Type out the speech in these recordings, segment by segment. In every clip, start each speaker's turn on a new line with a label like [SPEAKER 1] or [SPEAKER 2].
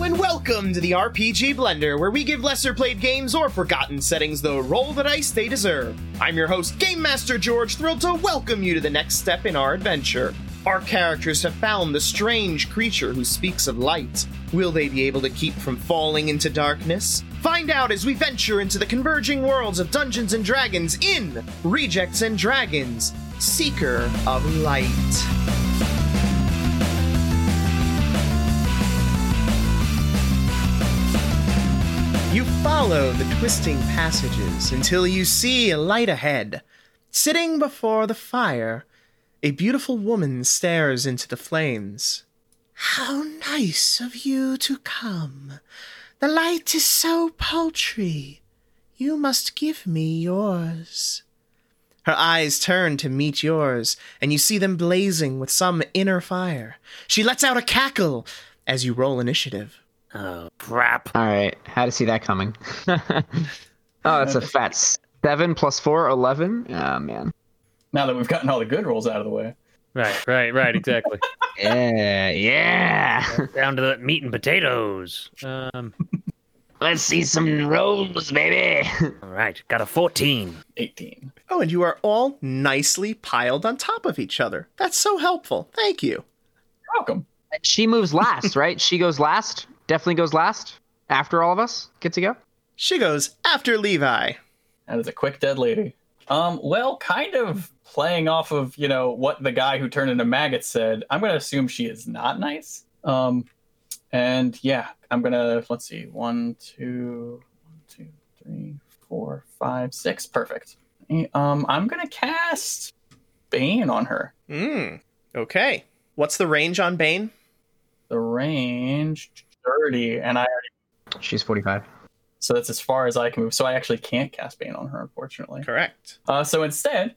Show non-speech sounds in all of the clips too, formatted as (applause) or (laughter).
[SPEAKER 1] Welcome to the RPG Blender, where we give lesser played games or forgotten settings the roll the dice they deserve. I'm your host, Game Master George, thrilled to welcome you to the next step in our adventure. Our characters have found the strange creature who speaks of light. Will they be able to keep from falling into darkness? Find out as we venture into the converging worlds of Dungeons and Dragons in Rejects and Dragons Seeker of Light. You follow the twisting passages until you see a light ahead. Sitting before the fire, a beautiful woman stares into the flames. How nice of you to come. The light is so paltry. You must give me yours. Her eyes turn to meet yours, and you see them blazing with some inner fire. She lets out a cackle as you roll initiative.
[SPEAKER 2] Oh, crap.
[SPEAKER 3] All right. How to see that coming? (laughs) oh, that's a fat seven plus four, 11. Oh, man.
[SPEAKER 4] Now that we've gotten all the good rolls out of the way.
[SPEAKER 2] Right, right, right, exactly.
[SPEAKER 3] Yeah. (laughs) Yeah.
[SPEAKER 2] (laughs) Down to the meat and potatoes. Um,
[SPEAKER 3] Let's see some rolls, baby.
[SPEAKER 2] all right, got a 14.
[SPEAKER 4] 18.
[SPEAKER 1] Oh, and you are all nicely piled on top of each other. That's so helpful. Thank you.
[SPEAKER 4] Welcome.
[SPEAKER 3] She moves last, right? She goes last. Definitely goes last. After all of us get to go.
[SPEAKER 1] She goes after Levi.
[SPEAKER 4] That is a quick dead lady. Um, well, kind of playing off of, you know, what the guy who turned into maggot said, I'm gonna assume she is not nice. Um and yeah, I'm gonna let's see, one, two, one, two, three, four, five, six. Perfect. Um, I'm gonna cast Bane on her.
[SPEAKER 1] Mm, okay. What's the range on Bane?
[SPEAKER 4] The range 30, and I already
[SPEAKER 3] She's 45.
[SPEAKER 4] so that's as far as I can move. So I actually can't cast Bane on her, unfortunately.
[SPEAKER 1] Correct.
[SPEAKER 4] Uh, so instead,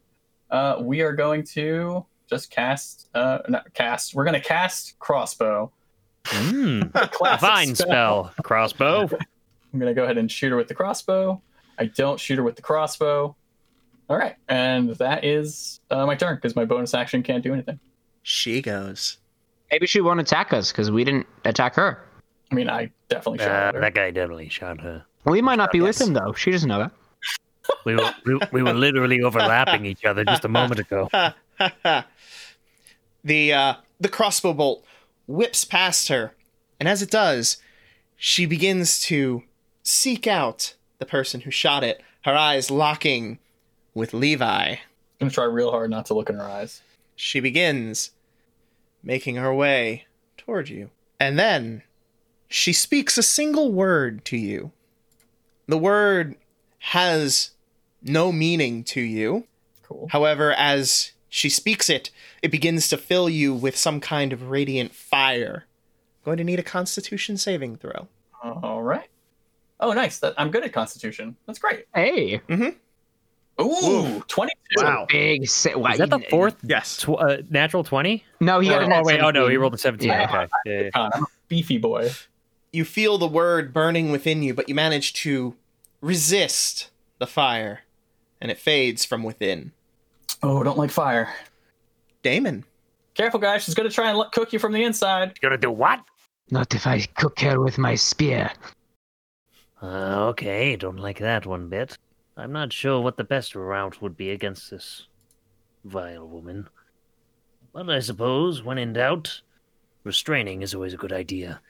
[SPEAKER 4] uh, we are going to just cast, uh, not cast. We're going to cast crossbow.
[SPEAKER 2] (laughs) Mm,
[SPEAKER 4] Classic
[SPEAKER 2] fine spell. Crossbow. Uh,
[SPEAKER 4] I'm going to go ahead and shoot her with the crossbow. I don't shoot her with the crossbow. All right, and that is uh, my turn because my bonus action can't do anything.
[SPEAKER 1] She goes.
[SPEAKER 3] Maybe she won't attack us because we didn't attack her.
[SPEAKER 4] I mean, I definitely shot
[SPEAKER 2] Uh,
[SPEAKER 4] her.
[SPEAKER 2] that guy definitely shot her.
[SPEAKER 3] We might not be with him, though. She doesn't know that.
[SPEAKER 2] We were, we, we were literally overlapping each other just a moment ago.
[SPEAKER 1] The uh, the crossbow bolt whips past her, and as it does, she begins to seek out the person who shot it. Her eyes locking with Levi.
[SPEAKER 4] I'm going to try real hard not to look in her eyes.
[SPEAKER 1] She begins making her way toward you. And then she speaks a single word to you. The word has no meaning to you.
[SPEAKER 4] Cool.
[SPEAKER 1] However, as she speaks it, it begins to fill you with some kind of radiant fire. Going to need a constitution saving throw.
[SPEAKER 4] All right. Oh, nice. That, I'm good at Constitution. That's great.
[SPEAKER 3] Hey.
[SPEAKER 4] Ooh, 22.
[SPEAKER 1] Wow.
[SPEAKER 3] Big. Si- wow,
[SPEAKER 2] Is that the
[SPEAKER 3] you-
[SPEAKER 2] fourth
[SPEAKER 1] Yes.
[SPEAKER 2] tw- uh, natural 20?
[SPEAKER 3] No, he got a
[SPEAKER 2] oh,
[SPEAKER 3] nat
[SPEAKER 2] wait, oh no,
[SPEAKER 3] 17.
[SPEAKER 2] he rolled a 17.
[SPEAKER 3] Yeah.
[SPEAKER 2] Okay. Yeah, yeah.
[SPEAKER 4] God, I'm a beefy boy.
[SPEAKER 1] You feel the word burning within you, but you manage to resist the fire, and it fades from within.
[SPEAKER 4] Oh, don't like fire.
[SPEAKER 1] Damon.
[SPEAKER 4] Careful, guys. She's gonna try and let- cook you from the inside.
[SPEAKER 2] Gonna do what?
[SPEAKER 3] Not if I cook her with my spear.
[SPEAKER 2] Uh, okay, don't like that one bit. I'm not sure what the best route would be against this vile woman. But I suppose, when in doubt, restraining is always a good idea.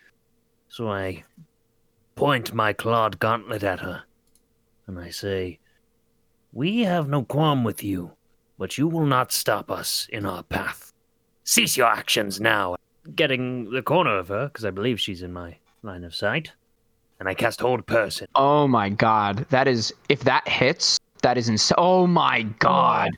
[SPEAKER 2] So I point my clawed gauntlet at her, and I say, We have no qualm with you, but you will not stop us in our path. Cease your actions now! Getting the corner of her, because I believe she's in my line of sight, and I cast Hold Person.
[SPEAKER 3] Oh my god. That is if that hits, that is insane. Oh my god.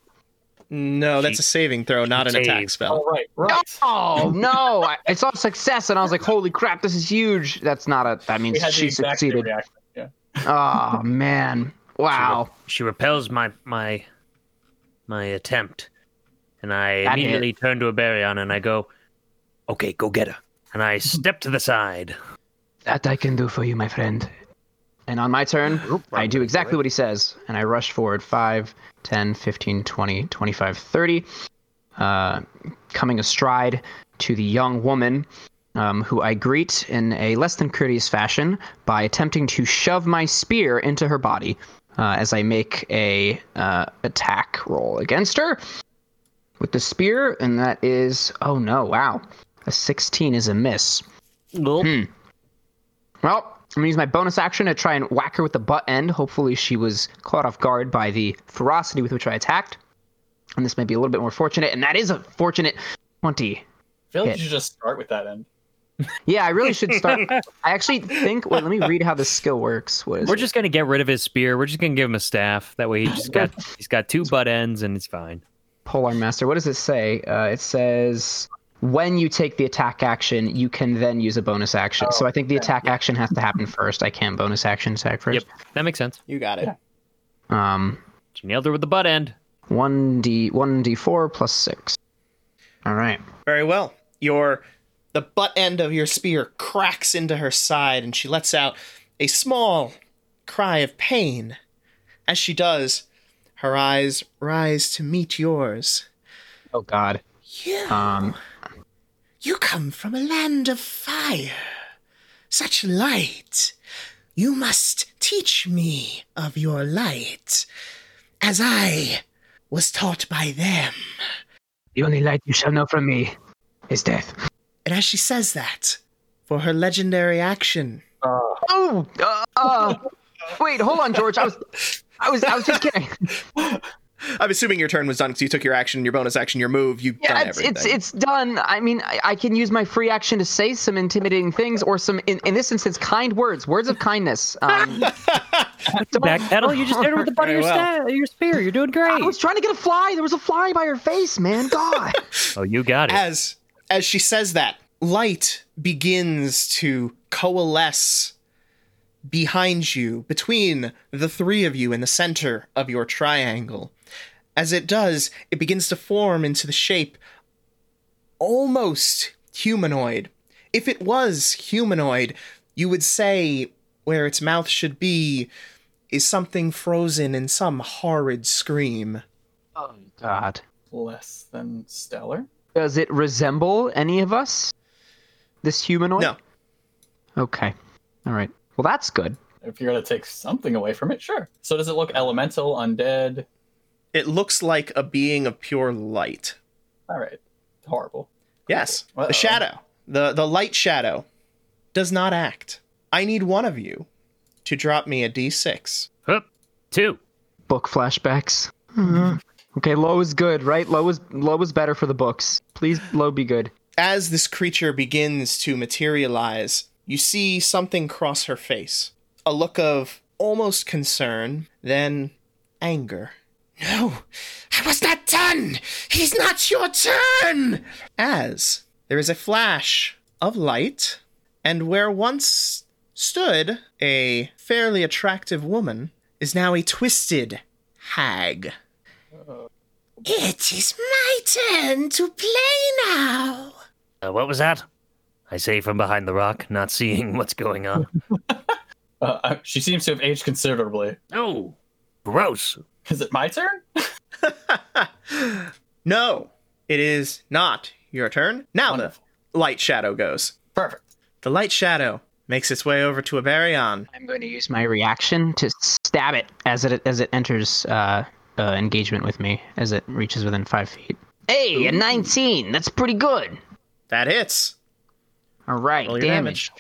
[SPEAKER 1] No, that's
[SPEAKER 2] She-
[SPEAKER 1] a saving throw, not an
[SPEAKER 2] save.
[SPEAKER 1] attack
[SPEAKER 4] All
[SPEAKER 1] spell.
[SPEAKER 4] right, right.
[SPEAKER 3] Oh no. I, I saw success and I was like, holy crap, this is huge. That's not a that means
[SPEAKER 4] We had the
[SPEAKER 3] she
[SPEAKER 4] exact same
[SPEAKER 3] succeeded.
[SPEAKER 4] reaction. Yeah.
[SPEAKER 3] Oh man. Wow.
[SPEAKER 2] She repels my my my attempt, and I
[SPEAKER 3] That
[SPEAKER 2] immediately turn to a Baryon and I go, "Okay, go get her." And I step to the side.
[SPEAKER 3] That I can do for you, my friend. And on my turn, I do exactly what he says, and I rush forward 5, 10, 15, 20, 25, 30, uh, coming astride to the young woman um, who I greet in a less than courteous fashion by attempting to shove my spear into her body uh, as I make a uh, attack roll against her with the spear, and that is oh no, wow, a 16 is a miss.
[SPEAKER 5] Nope.
[SPEAKER 3] Well, I'm gonna use my bonus action to try and whack her with the butt end. Hopefully, she was caught off guard by the ferocity with which I attacked. And this may be a little bit more fortunate, and that is a fortunate 20.
[SPEAKER 4] I feel like
[SPEAKER 3] Hit.
[SPEAKER 4] you should just start with that end.
[SPEAKER 3] Yeah, I really should start. I actually think. Wait, let me read how this skill works. What is
[SPEAKER 2] We're
[SPEAKER 3] it?
[SPEAKER 2] just gonna get rid of his spear. We're just gonna give him a staff. That way he just got he's got two butt ends and it's fine.
[SPEAKER 3] Polar Master. What does it say? Uh, it says when you take the attack action, you can then use a bonus action. so I think
[SPEAKER 2] Oh,
[SPEAKER 3] the attack action has to happen first. I can't bonus action attack first.
[SPEAKER 2] That makes sense.
[SPEAKER 1] You got it.
[SPEAKER 3] Yep. Um,
[SPEAKER 2] She nailed her with the butt end.
[SPEAKER 3] one d one d four plus six. All right.
[SPEAKER 1] Very well. Your the butt end of your spear cracks into her side and she lets out a small cry of pain. As she does, her eyes rise to meet yours.
[SPEAKER 3] Oh God.
[SPEAKER 1] You,
[SPEAKER 3] Um,
[SPEAKER 1] you come from a land of fire. Such light. You must teach me of your light as I was taught by them.
[SPEAKER 3] the only light you shall know from me is death.
[SPEAKER 1] And as she says that, for her legendary action,
[SPEAKER 3] Oh. Uh, uh, wait. Hold on, George. I was. I was. I was
[SPEAKER 1] (laughs)
[SPEAKER 3] just kidding.
[SPEAKER 1] I'm assuming your turn was done because you took your action, your bonus action, your move. You've
[SPEAKER 3] Yeah,
[SPEAKER 1] done
[SPEAKER 3] it's,
[SPEAKER 1] everything.
[SPEAKER 3] it's it's done. I mean, I, I can use my free action to say some intimidating things or some, in, in this instance, kind words, words of kindness.
[SPEAKER 1] (laughs)
[SPEAKER 2] (laughs)
[SPEAKER 3] Um, (laughs) Oh,
[SPEAKER 2] Backpedal. You just hit her with the butt of
[SPEAKER 1] Very
[SPEAKER 2] your,
[SPEAKER 1] well.
[SPEAKER 2] sta- your spear. You're doing
[SPEAKER 3] I
[SPEAKER 2] great.
[SPEAKER 3] was trying to get a fly. There was a fly by her face, man. God.
[SPEAKER 2] Oh, you got it.
[SPEAKER 1] as as she says that, light begins to coalesce behind you, between the three of you in the center of your triangle. As it does, it begins to form into the shape almost humanoid. If it was humanoid, you would say where its mouth should be is something frozen in some horrid scream.
[SPEAKER 3] (laughs) oh God.
[SPEAKER 4] Less than stellar.
[SPEAKER 3] Does it resemble any of us? This humanoid?
[SPEAKER 1] No.
[SPEAKER 3] Okay. All right. Well, that's good.
[SPEAKER 4] If you're gonna take something away from it, sure. So does it look elemental, undead?
[SPEAKER 1] It looks like a being of pure light.
[SPEAKER 4] All right, horrible.
[SPEAKER 1] Yes,
[SPEAKER 4] Uh-oh.
[SPEAKER 1] the shadow, the the light shadow, does not act. I need one of you to drop me a d6.
[SPEAKER 2] Hup. Two.
[SPEAKER 3] Book flashbacks.
[SPEAKER 1] Mm-hmm.
[SPEAKER 3] Mhm. Okay, low is good, right? Low is low is better for the books. Please, low be good.
[SPEAKER 1] As this creature begins to materialize, you see something cross her face. A look of almost concern, then anger. No, I was not done! He's not your turn! As there is a flash of light, and where once stood a fairly attractive woman is now a twisted hag. It is my turn to play now!
[SPEAKER 5] Uh, what was that? I say from behind the rock,
[SPEAKER 2] (laughs)
[SPEAKER 5] not seeing what's going on.
[SPEAKER 4] Uh, I- she seems to have aged considerably.
[SPEAKER 5] Oh, gross.
[SPEAKER 4] Is it my turn? (laughs)
[SPEAKER 1] no, it is not your turn. Now
[SPEAKER 4] Wonderful.
[SPEAKER 1] the light shadow goes.
[SPEAKER 4] Perfect.
[SPEAKER 1] The light shadow makes its way over to a baryon.
[SPEAKER 3] I'm going to use my reaction to stab it as it as it enters uh, uh, engagement with me as it reaches within five feet. Hey, a 19. That's pretty good.
[SPEAKER 1] That hits.
[SPEAKER 3] All right,
[SPEAKER 1] Roll your
[SPEAKER 3] damage.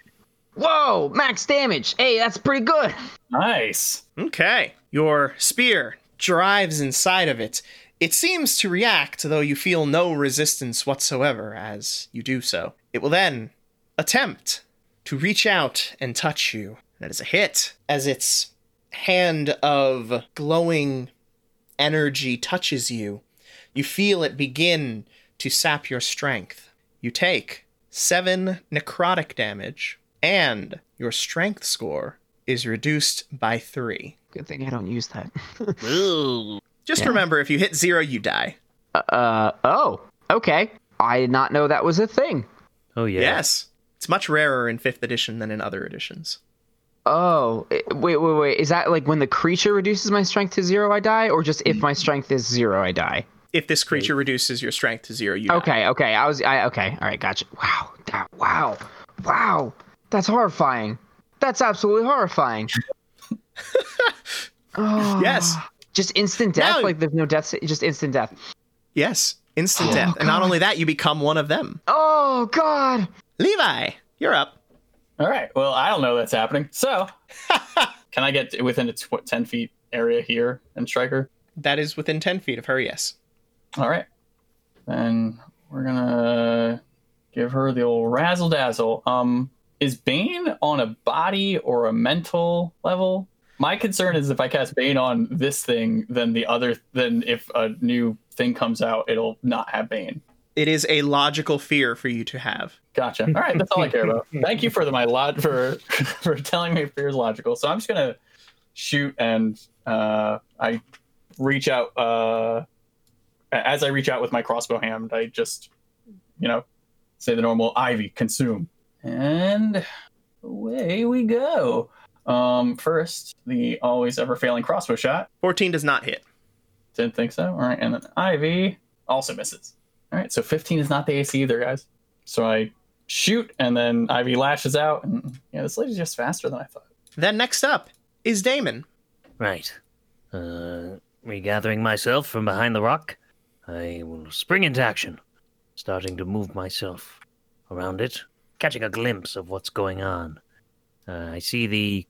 [SPEAKER 3] Whoa, max damage. Hey, that's pretty good.
[SPEAKER 4] Nice.
[SPEAKER 1] Okay. Your spear drives inside of it. It seems to react, though you feel no resistance whatsoever as you do so. It will then attempt to reach out and touch you. That is a hit, as its hand of glowing energy touches you. You feel it begin to sap your strength. You take seven necrotic damage, and your strength score is reduced by three.
[SPEAKER 3] Good thing I don't use that.
[SPEAKER 1] (laughs)
[SPEAKER 5] Ooh.
[SPEAKER 1] Just remember, if you hit zero, you die.
[SPEAKER 3] Uh oh. Okay. I did not know that was a thing.
[SPEAKER 2] Oh yeah.
[SPEAKER 1] Yes. It's much rarer in 5th edition than in other editions.
[SPEAKER 3] Oh, i- wait, wait, wait. Is that like when the creature reduces my strength to zero, I die, or just if my strength is zero, I die?
[SPEAKER 1] If this creature reduces your strength to zero, you die.
[SPEAKER 3] Okay, okay. I was, I okay. All right, gotcha. Wow, Ah, Wow. Wow. That's horrifying. That's
[SPEAKER 1] (laughs)
[SPEAKER 3] absolutely horrifying. oh,
[SPEAKER 1] Yes.
[SPEAKER 3] Just instant death?
[SPEAKER 1] Now-
[SPEAKER 3] Like there's no death, sa- just instant death.
[SPEAKER 1] Yes. Instant
[SPEAKER 3] Oh,
[SPEAKER 1] death. And not
[SPEAKER 3] God.
[SPEAKER 1] only that, you become one of them.
[SPEAKER 3] Oh, God.
[SPEAKER 1] Levi, you're up.
[SPEAKER 4] All right. Well, I don't know that's happening. So, (laughs) can I get within a tw- 10 feet area here and strike her?
[SPEAKER 1] That is within 10 feet of her, yes.
[SPEAKER 4] All right. Then we're going to give her the old razzle dazzle. Um, is Bane on a body or a mental level? My concern is if I cast Bane on this thing, then the other, then if a new thing comes out, it'll not have Bane.
[SPEAKER 1] It is a logical fear for you to have.
[SPEAKER 4] Gotcha. All right, that's all I care about. Thank you for the, my lot for (laughs) for telling me fear is logical. So I'm just gonna shoot and uh, I reach out. Uh, a- as I reach out with my crossbow hand, I just you know say the normal Ivy consume, and away we go. Um, first the always ever failing crossbow shot.
[SPEAKER 1] 14 does not hit.
[SPEAKER 4] Didn't think so. All right, and then Ivy also misses. All right, so 15 is not the AC either, guys. So I shoot, and then Ivy lashes out, and yeah, this lady's just faster than I thought.
[SPEAKER 1] Then next up is Damon.
[SPEAKER 5] Right. Uh, regathering myself from behind the rock, I will spring into action, starting to move myself around it, catching a glimpse of what's going on. Uh, I see the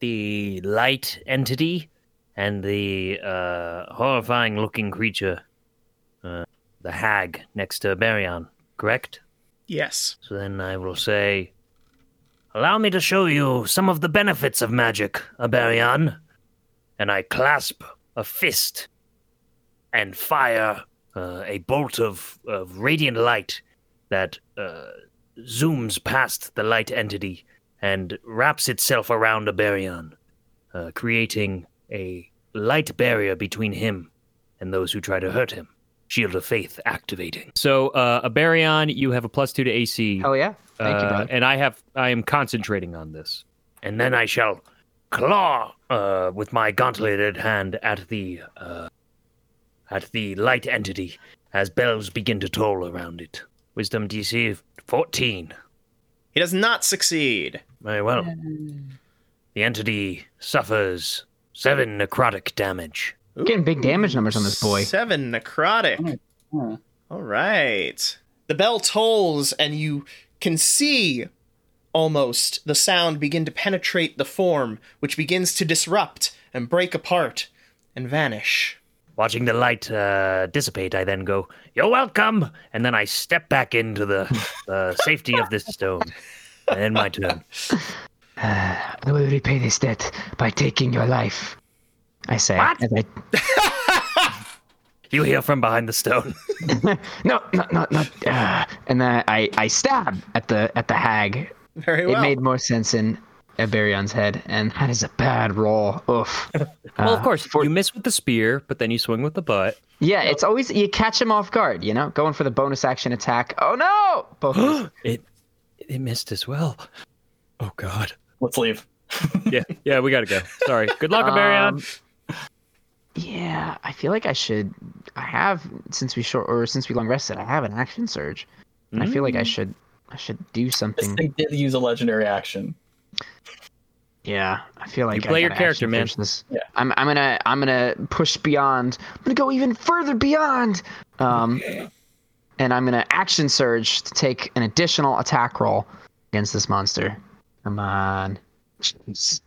[SPEAKER 5] the light entity and the uh, horrifying looking creature, uh, the hag next to Barion. Correct.
[SPEAKER 1] Yes.
[SPEAKER 5] So then I will say, Allow me to show you some of the benefits of magic, Aberion. And I clasp a fist and fire uh, a bolt of, of radiant light that uh, zooms past the light entity and wraps itself around Aberion, uh, creating a light barrier between him and those who try to hurt him. Shield of Faith activating.
[SPEAKER 2] So, uh, Abarion, you have a plus two to AC.
[SPEAKER 3] Hell yeah. Oh, Thank you,
[SPEAKER 2] uh,
[SPEAKER 3] brother.
[SPEAKER 2] And I have, I am concentrating on this.
[SPEAKER 5] and then I shall claw uh, with my gauntleted hand at the uh, at the light entity as bells begin to toll around it. Wisdom DC fourteen.
[SPEAKER 1] He does not succeed.
[SPEAKER 5] Very well. The entity suffers seven necrotic damage.
[SPEAKER 1] Ooh.
[SPEAKER 3] Getting big damage numbers on this boy.
[SPEAKER 1] Seven necrotic.
[SPEAKER 4] Hmm.
[SPEAKER 1] All right. The bell tolls, and you can see almost the sound begin to penetrate the form, which begins to disrupt and break apart and vanish.
[SPEAKER 5] Watching the light uh, dissipate, I then go, "You're welcome," and then I step back
[SPEAKER 2] (laughs)
[SPEAKER 5] into the uh, safety of this stone. And then my turn.
[SPEAKER 3] I will repay this debt by taking your life. I say.
[SPEAKER 5] What?
[SPEAKER 3] as I-
[SPEAKER 5] You hear from behind the stone.
[SPEAKER 3] no, no, no, no. (sighs) Uh, and then I, I stab at the at the hag.
[SPEAKER 1] Very
[SPEAKER 3] It
[SPEAKER 1] well.
[SPEAKER 3] made more sense in Eberion's head, and that is a bad roll. Oof.
[SPEAKER 2] well,
[SPEAKER 3] Uh,
[SPEAKER 2] of course, you miss with the spear, but then you swing with the butt.
[SPEAKER 3] Yeah, it's always you catch him off guard, you know, going for the bonus action attack. Oh no! Both of us-
[SPEAKER 2] It, it missed as well. Oh God.
[SPEAKER 4] Let's leave.
[SPEAKER 2] (laughs) Yeah, yeah, we gotta go. Sorry. Good luck, Abarion.
[SPEAKER 3] Um, yeah, I feel like I should. I have since we short or since we long rested. I have an action surge. And I feel like I should. I should do
[SPEAKER 4] This
[SPEAKER 3] something.
[SPEAKER 4] thing did use a legendary action.
[SPEAKER 3] Yeah, I feel like I
[SPEAKER 2] play your
[SPEAKER 3] gotta actually
[SPEAKER 2] character, man.
[SPEAKER 3] finish This.
[SPEAKER 4] Yeah.
[SPEAKER 3] I'm, I'm gonna I'm gonna push beyond. I'm gonna go even further beyond. Um, and I'm gonna action surge to take an additional attack roll against this monster. Come on. Jeez.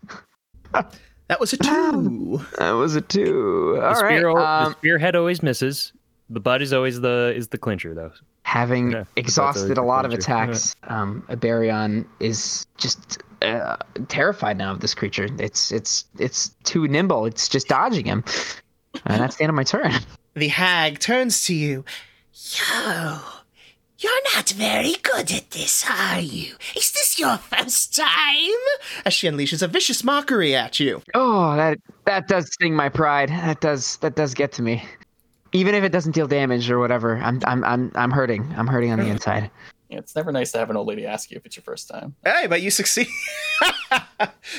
[SPEAKER 1] that was a two.
[SPEAKER 3] That was a two.
[SPEAKER 2] The
[SPEAKER 3] All right.
[SPEAKER 2] spear al- the
[SPEAKER 3] um,
[SPEAKER 2] spearhead always misses. The butt is always the is the clincher though.
[SPEAKER 3] having
[SPEAKER 2] Yeah, that's
[SPEAKER 3] exhausted a
[SPEAKER 2] always
[SPEAKER 3] lot
[SPEAKER 2] the
[SPEAKER 3] of
[SPEAKER 2] creature.
[SPEAKER 3] attacks, um, Aberion is just uh, terrified now of this creature. It's it's it's too nimble. It's just dodging him, and that's the end of my turn. (laughs)
[SPEAKER 1] The hag turns to you. Yo, you're not very good at this, are you? Is this your first time? As she unleashes a vicious mockery at you.
[SPEAKER 3] Oh, that that does sting my pride. That does that does get to me. Even if it doesn't deal damage or whatever, I'm I'm I'm I'm hurting. I'm hurting on the inside.
[SPEAKER 4] Yeah, it's never nice to have an old lady ask you if it's your first time.
[SPEAKER 1] Hey, but you succeed. (laughs)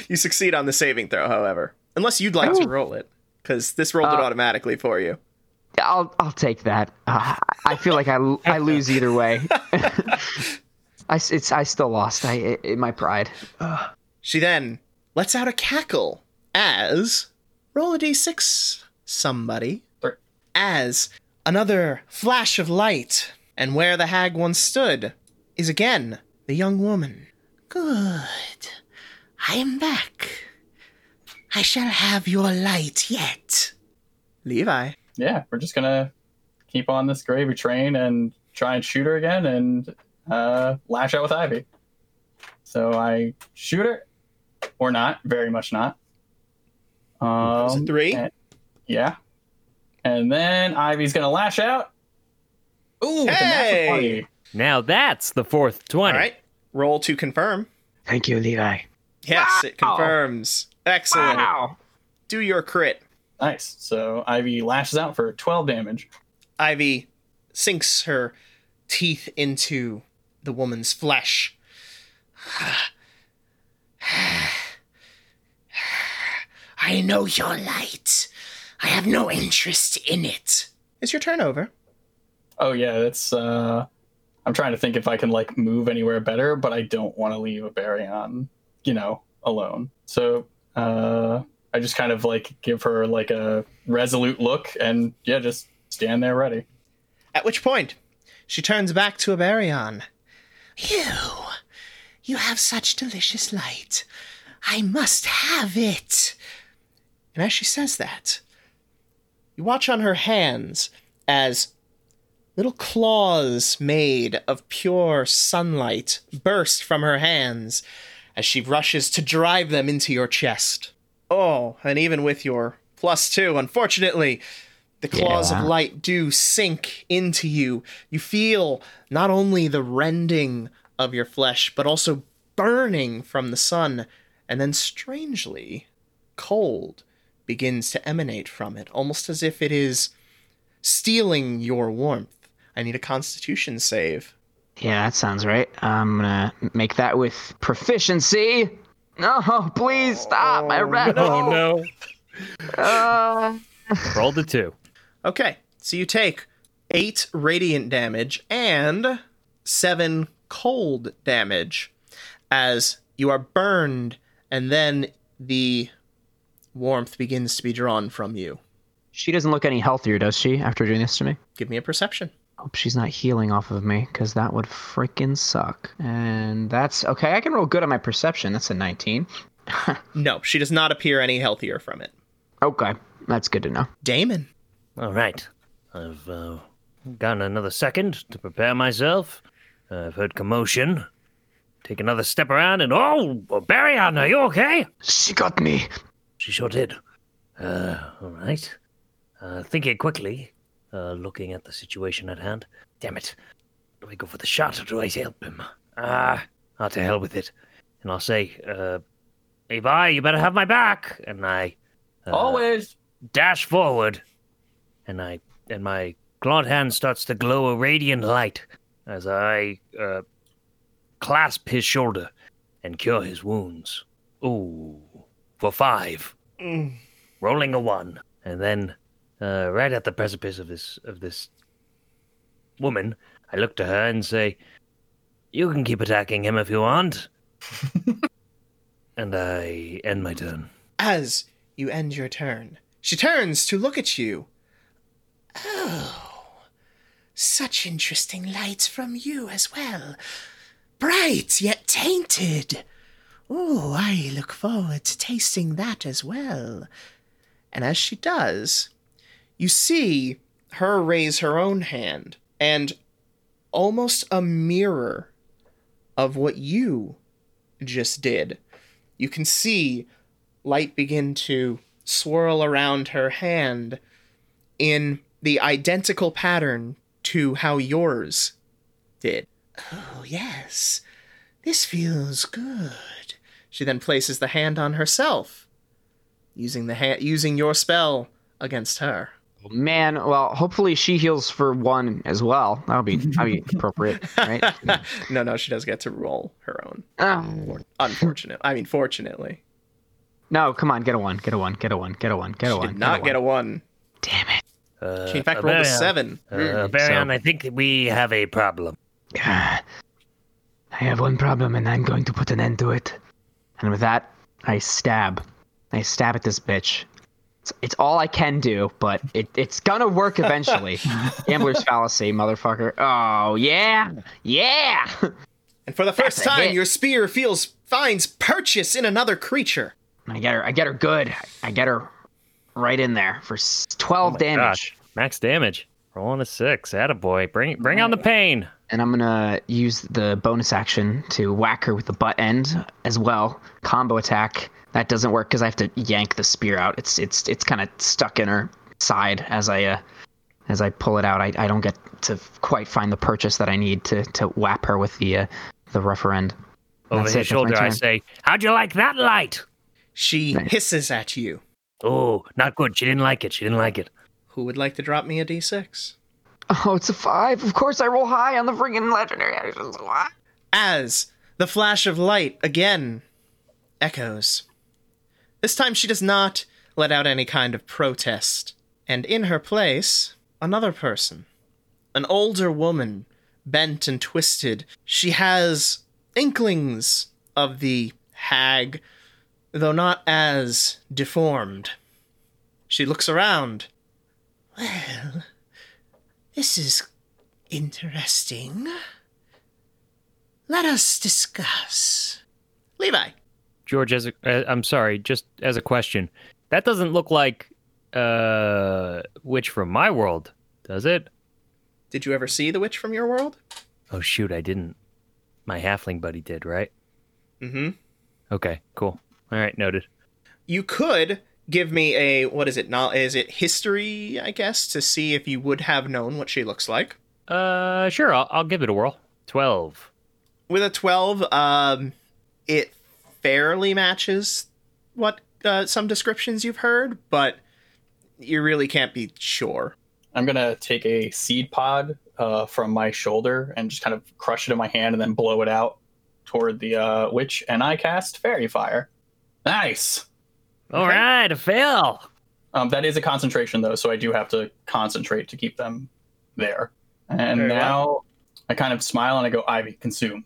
[SPEAKER 1] you succeed on the saving throw, however. Unless you'd like to roll it, because this rolled it
[SPEAKER 3] Uh,
[SPEAKER 1] automatically for you.
[SPEAKER 3] I'll I'll take that. Uh, I feel like I, l- I lose either way. (laughs) I, s- it's, I still lost. I it, it- my pride.
[SPEAKER 1] She then lets out a cackle as roll a d6, somebody.
[SPEAKER 4] Three.
[SPEAKER 1] As another flash of light, and where the hag once stood is again the young woman. Good. I am back. I shall have your light yet. Levi.
[SPEAKER 4] yeah, we're just gonna keep on this gravy train and try and shoot her again and uh, lash out with Ivy. So I shoot her, or not, very much not. Um,
[SPEAKER 1] was a three.
[SPEAKER 4] and- yeah, and then Ivy's gonna lash out. Ooh, with a natural
[SPEAKER 1] Hey!
[SPEAKER 4] 20.
[SPEAKER 2] Now that's the fourth 20.
[SPEAKER 1] All right. Roll to confirm.
[SPEAKER 3] Thank you, Levi.
[SPEAKER 1] Yes, it
[SPEAKER 3] Wow.
[SPEAKER 1] confirms.
[SPEAKER 3] uh,
[SPEAKER 1] Excellent.
[SPEAKER 3] Wow.
[SPEAKER 1] Do your crit.
[SPEAKER 4] nice. So Ivy lashes out for twelve damage.
[SPEAKER 1] Ivy sinks her teeth into the woman's flesh. (sighs) I know your light. I have no interest in it. Is your turn over?
[SPEAKER 4] Oh yeah, that's. Uh, I'm trying to think if I can like move anywhere better, but I don't want to leave a Baryon, you know, alone. So uh, I just kind of like give her like a resolute look, and yeah, just stand there ready.
[SPEAKER 1] At which point, she turns back to Aberion. You, you have such delicious light. I must have it. And as she says that, you watch on her hands as little claws made of pure sunlight burst from her hands as she rushes to drive them into your chest. Oh, and even with your plus two, unfortunately, the claws of
[SPEAKER 3] Yeah.
[SPEAKER 1] light do sink into you. You feel not only the rending of your flesh, but also burning from the sun. And then, strangely, cold begins to emanate from it, almost as if it is stealing your warmth. I need a constitution save.
[SPEAKER 3] Yeah, that sounds right. I'm gonna make that with proficiency. No, please stop. I ran.
[SPEAKER 2] Oh, no.
[SPEAKER 3] Uh,
[SPEAKER 2] Roll the two.
[SPEAKER 1] Okay, so you take eight radiant damage and seven cold damage as you are burned, and then the warmth begins to be drawn from you.
[SPEAKER 3] she doesn't look any healthier, does she? After doing this to me.
[SPEAKER 1] Give me a perception.
[SPEAKER 3] Hope she's not healing off of me, because that would freaking suck. And that's okay. I can roll good on my perception. That's a 19.
[SPEAKER 1] No, she does not appear any healthier from it.
[SPEAKER 3] Okay, that's good to know.
[SPEAKER 1] Damon.
[SPEAKER 5] All right. I've uh, gotten another second to prepare myself. I've heard commotion. Take another step around and. Oh, Baryon, are you okay?
[SPEAKER 3] She got me.
[SPEAKER 5] She sure did. Uh, all right. Uh, thinking quickly, uh, looking at the situation at hand. Damn it. Do I go for the shot or do I help him? Ah, not to hell with it. And I'll say, uh, hey, bye, you better have my back. And I uh,
[SPEAKER 4] Always.
[SPEAKER 5] dash forward, and I and my clawed hand starts to glow a radiant light as I uh, clasp his shoulder and cure his wounds. Ooh, for five, rolling a one, and then uh, right at the precipice of this of this woman, I look to her and say, "You can keep attacking him if you want." and I end my turn.
[SPEAKER 1] As you end your turn, she turns to look at you. Oh, such interesting lights from you as well. Bright yet tainted. Oh, I look forward to tasting that as well. And as she does, you see her raise her own hand, and almost a mirror of what you just did. You can see light begin to swirl around her hand in the identical pattern to how yours did. Oh, yes. This feels good. She then places the hand on herself, using the ha- using your spell against her. (laughs)
[SPEAKER 3] Man, well, hopefully she heals for one as well. That'll be
[SPEAKER 1] (laughs)
[SPEAKER 3] that'll be appropriate, right?
[SPEAKER 1] no, no, she does get to roll her own.
[SPEAKER 3] Oh.
[SPEAKER 1] Unfortunate. I mean, fortunately,
[SPEAKER 3] No, come on, get a one, get a one, get a one, get a one, get a
[SPEAKER 1] she
[SPEAKER 3] one.
[SPEAKER 1] did not get a one.
[SPEAKER 3] Damn it.
[SPEAKER 5] Uh,
[SPEAKER 1] She in fact rolled a
[SPEAKER 2] Uh,
[SPEAKER 3] Mm-hmm.
[SPEAKER 5] Avarion-
[SPEAKER 1] seven.
[SPEAKER 5] Uh,
[SPEAKER 3] so-
[SPEAKER 5] Barion, I think we have a problem.
[SPEAKER 3] God. I have one problem, and I'm going to put an end to it. And with that, I stab. I stab at this bitch. It's, it's all I can do, but it, it's gonna work eventually. Gambler's fallacy, motherfucker. Oh yeah, yeah.
[SPEAKER 1] And for the first
[SPEAKER 3] That's a
[SPEAKER 1] time,
[SPEAKER 3] hit.
[SPEAKER 1] your spear feels finds purchase in another creature.
[SPEAKER 3] I get her. I get her good. I get her right in there for s- twelve damage.
[SPEAKER 2] Gosh, max damage. Rolling a six. Attaboy. Bring bring on the pain.
[SPEAKER 3] and I'm gonna use the bonus action to whack her with the butt end as well. Combo attack. That doesn't work because I have to yank the spear out. It's it's it's kind of stuck in her side as I uh, as I pull it out. I, I don't get to quite find the purchase that I need to to whap her with the uh, the rougher end. (laughs)
[SPEAKER 2] Over
[SPEAKER 3] That's it,
[SPEAKER 2] his
[SPEAKER 3] that's my
[SPEAKER 2] shoulder, I
[SPEAKER 3] turn.
[SPEAKER 2] say, How'd you like that light?
[SPEAKER 1] She
[SPEAKER 3] Nice.
[SPEAKER 1] hisses at you.
[SPEAKER 2] Oh, not good. She didn't like it. She didn't like it.
[SPEAKER 1] Who would like to drop me a d6?
[SPEAKER 3] Oh, it's a five. Of course, I roll high on the friggin' legendary actions. What?
[SPEAKER 1] As the flash of light again echoes. This time she does not let out any kind of protest. And in her place, another person. An older woman, bent and twisted. She has inklings of the hag, though not as deformed. She looks around. Well, this is interesting. Let us discuss. Levi.
[SPEAKER 2] George, as a, uh, I'm sorry, just as a question, that doesn't look like uh, Witch from my world, does it?
[SPEAKER 1] Did you ever see the witch from your world?
[SPEAKER 2] Oh shoot, I didn't. My halfling buddy did, right?
[SPEAKER 1] Mm-hmm.
[SPEAKER 2] Okay, cool. All right, noted.
[SPEAKER 1] You could give me a what is it? Not is it history? I guess to see if you would have known what she looks like.
[SPEAKER 2] Uh, sure, I'll, I'll give it a whirl. Twelve.
[SPEAKER 1] With a twelve, um, it fairly matches what uh, some descriptions you've heard, but you really can't be sure.
[SPEAKER 4] I'm gonna take a seed pod uh, from my shoulder and just kind of crush it in my hand and then blow it out toward the uh, witch. And I cast fairy fire. Nice.
[SPEAKER 2] All right, a fail.
[SPEAKER 4] Um, that is a concentration though, so I do have to concentrate to keep them there. And
[SPEAKER 1] Very well.
[SPEAKER 4] now I kind of smile and I go, Ivy, consume.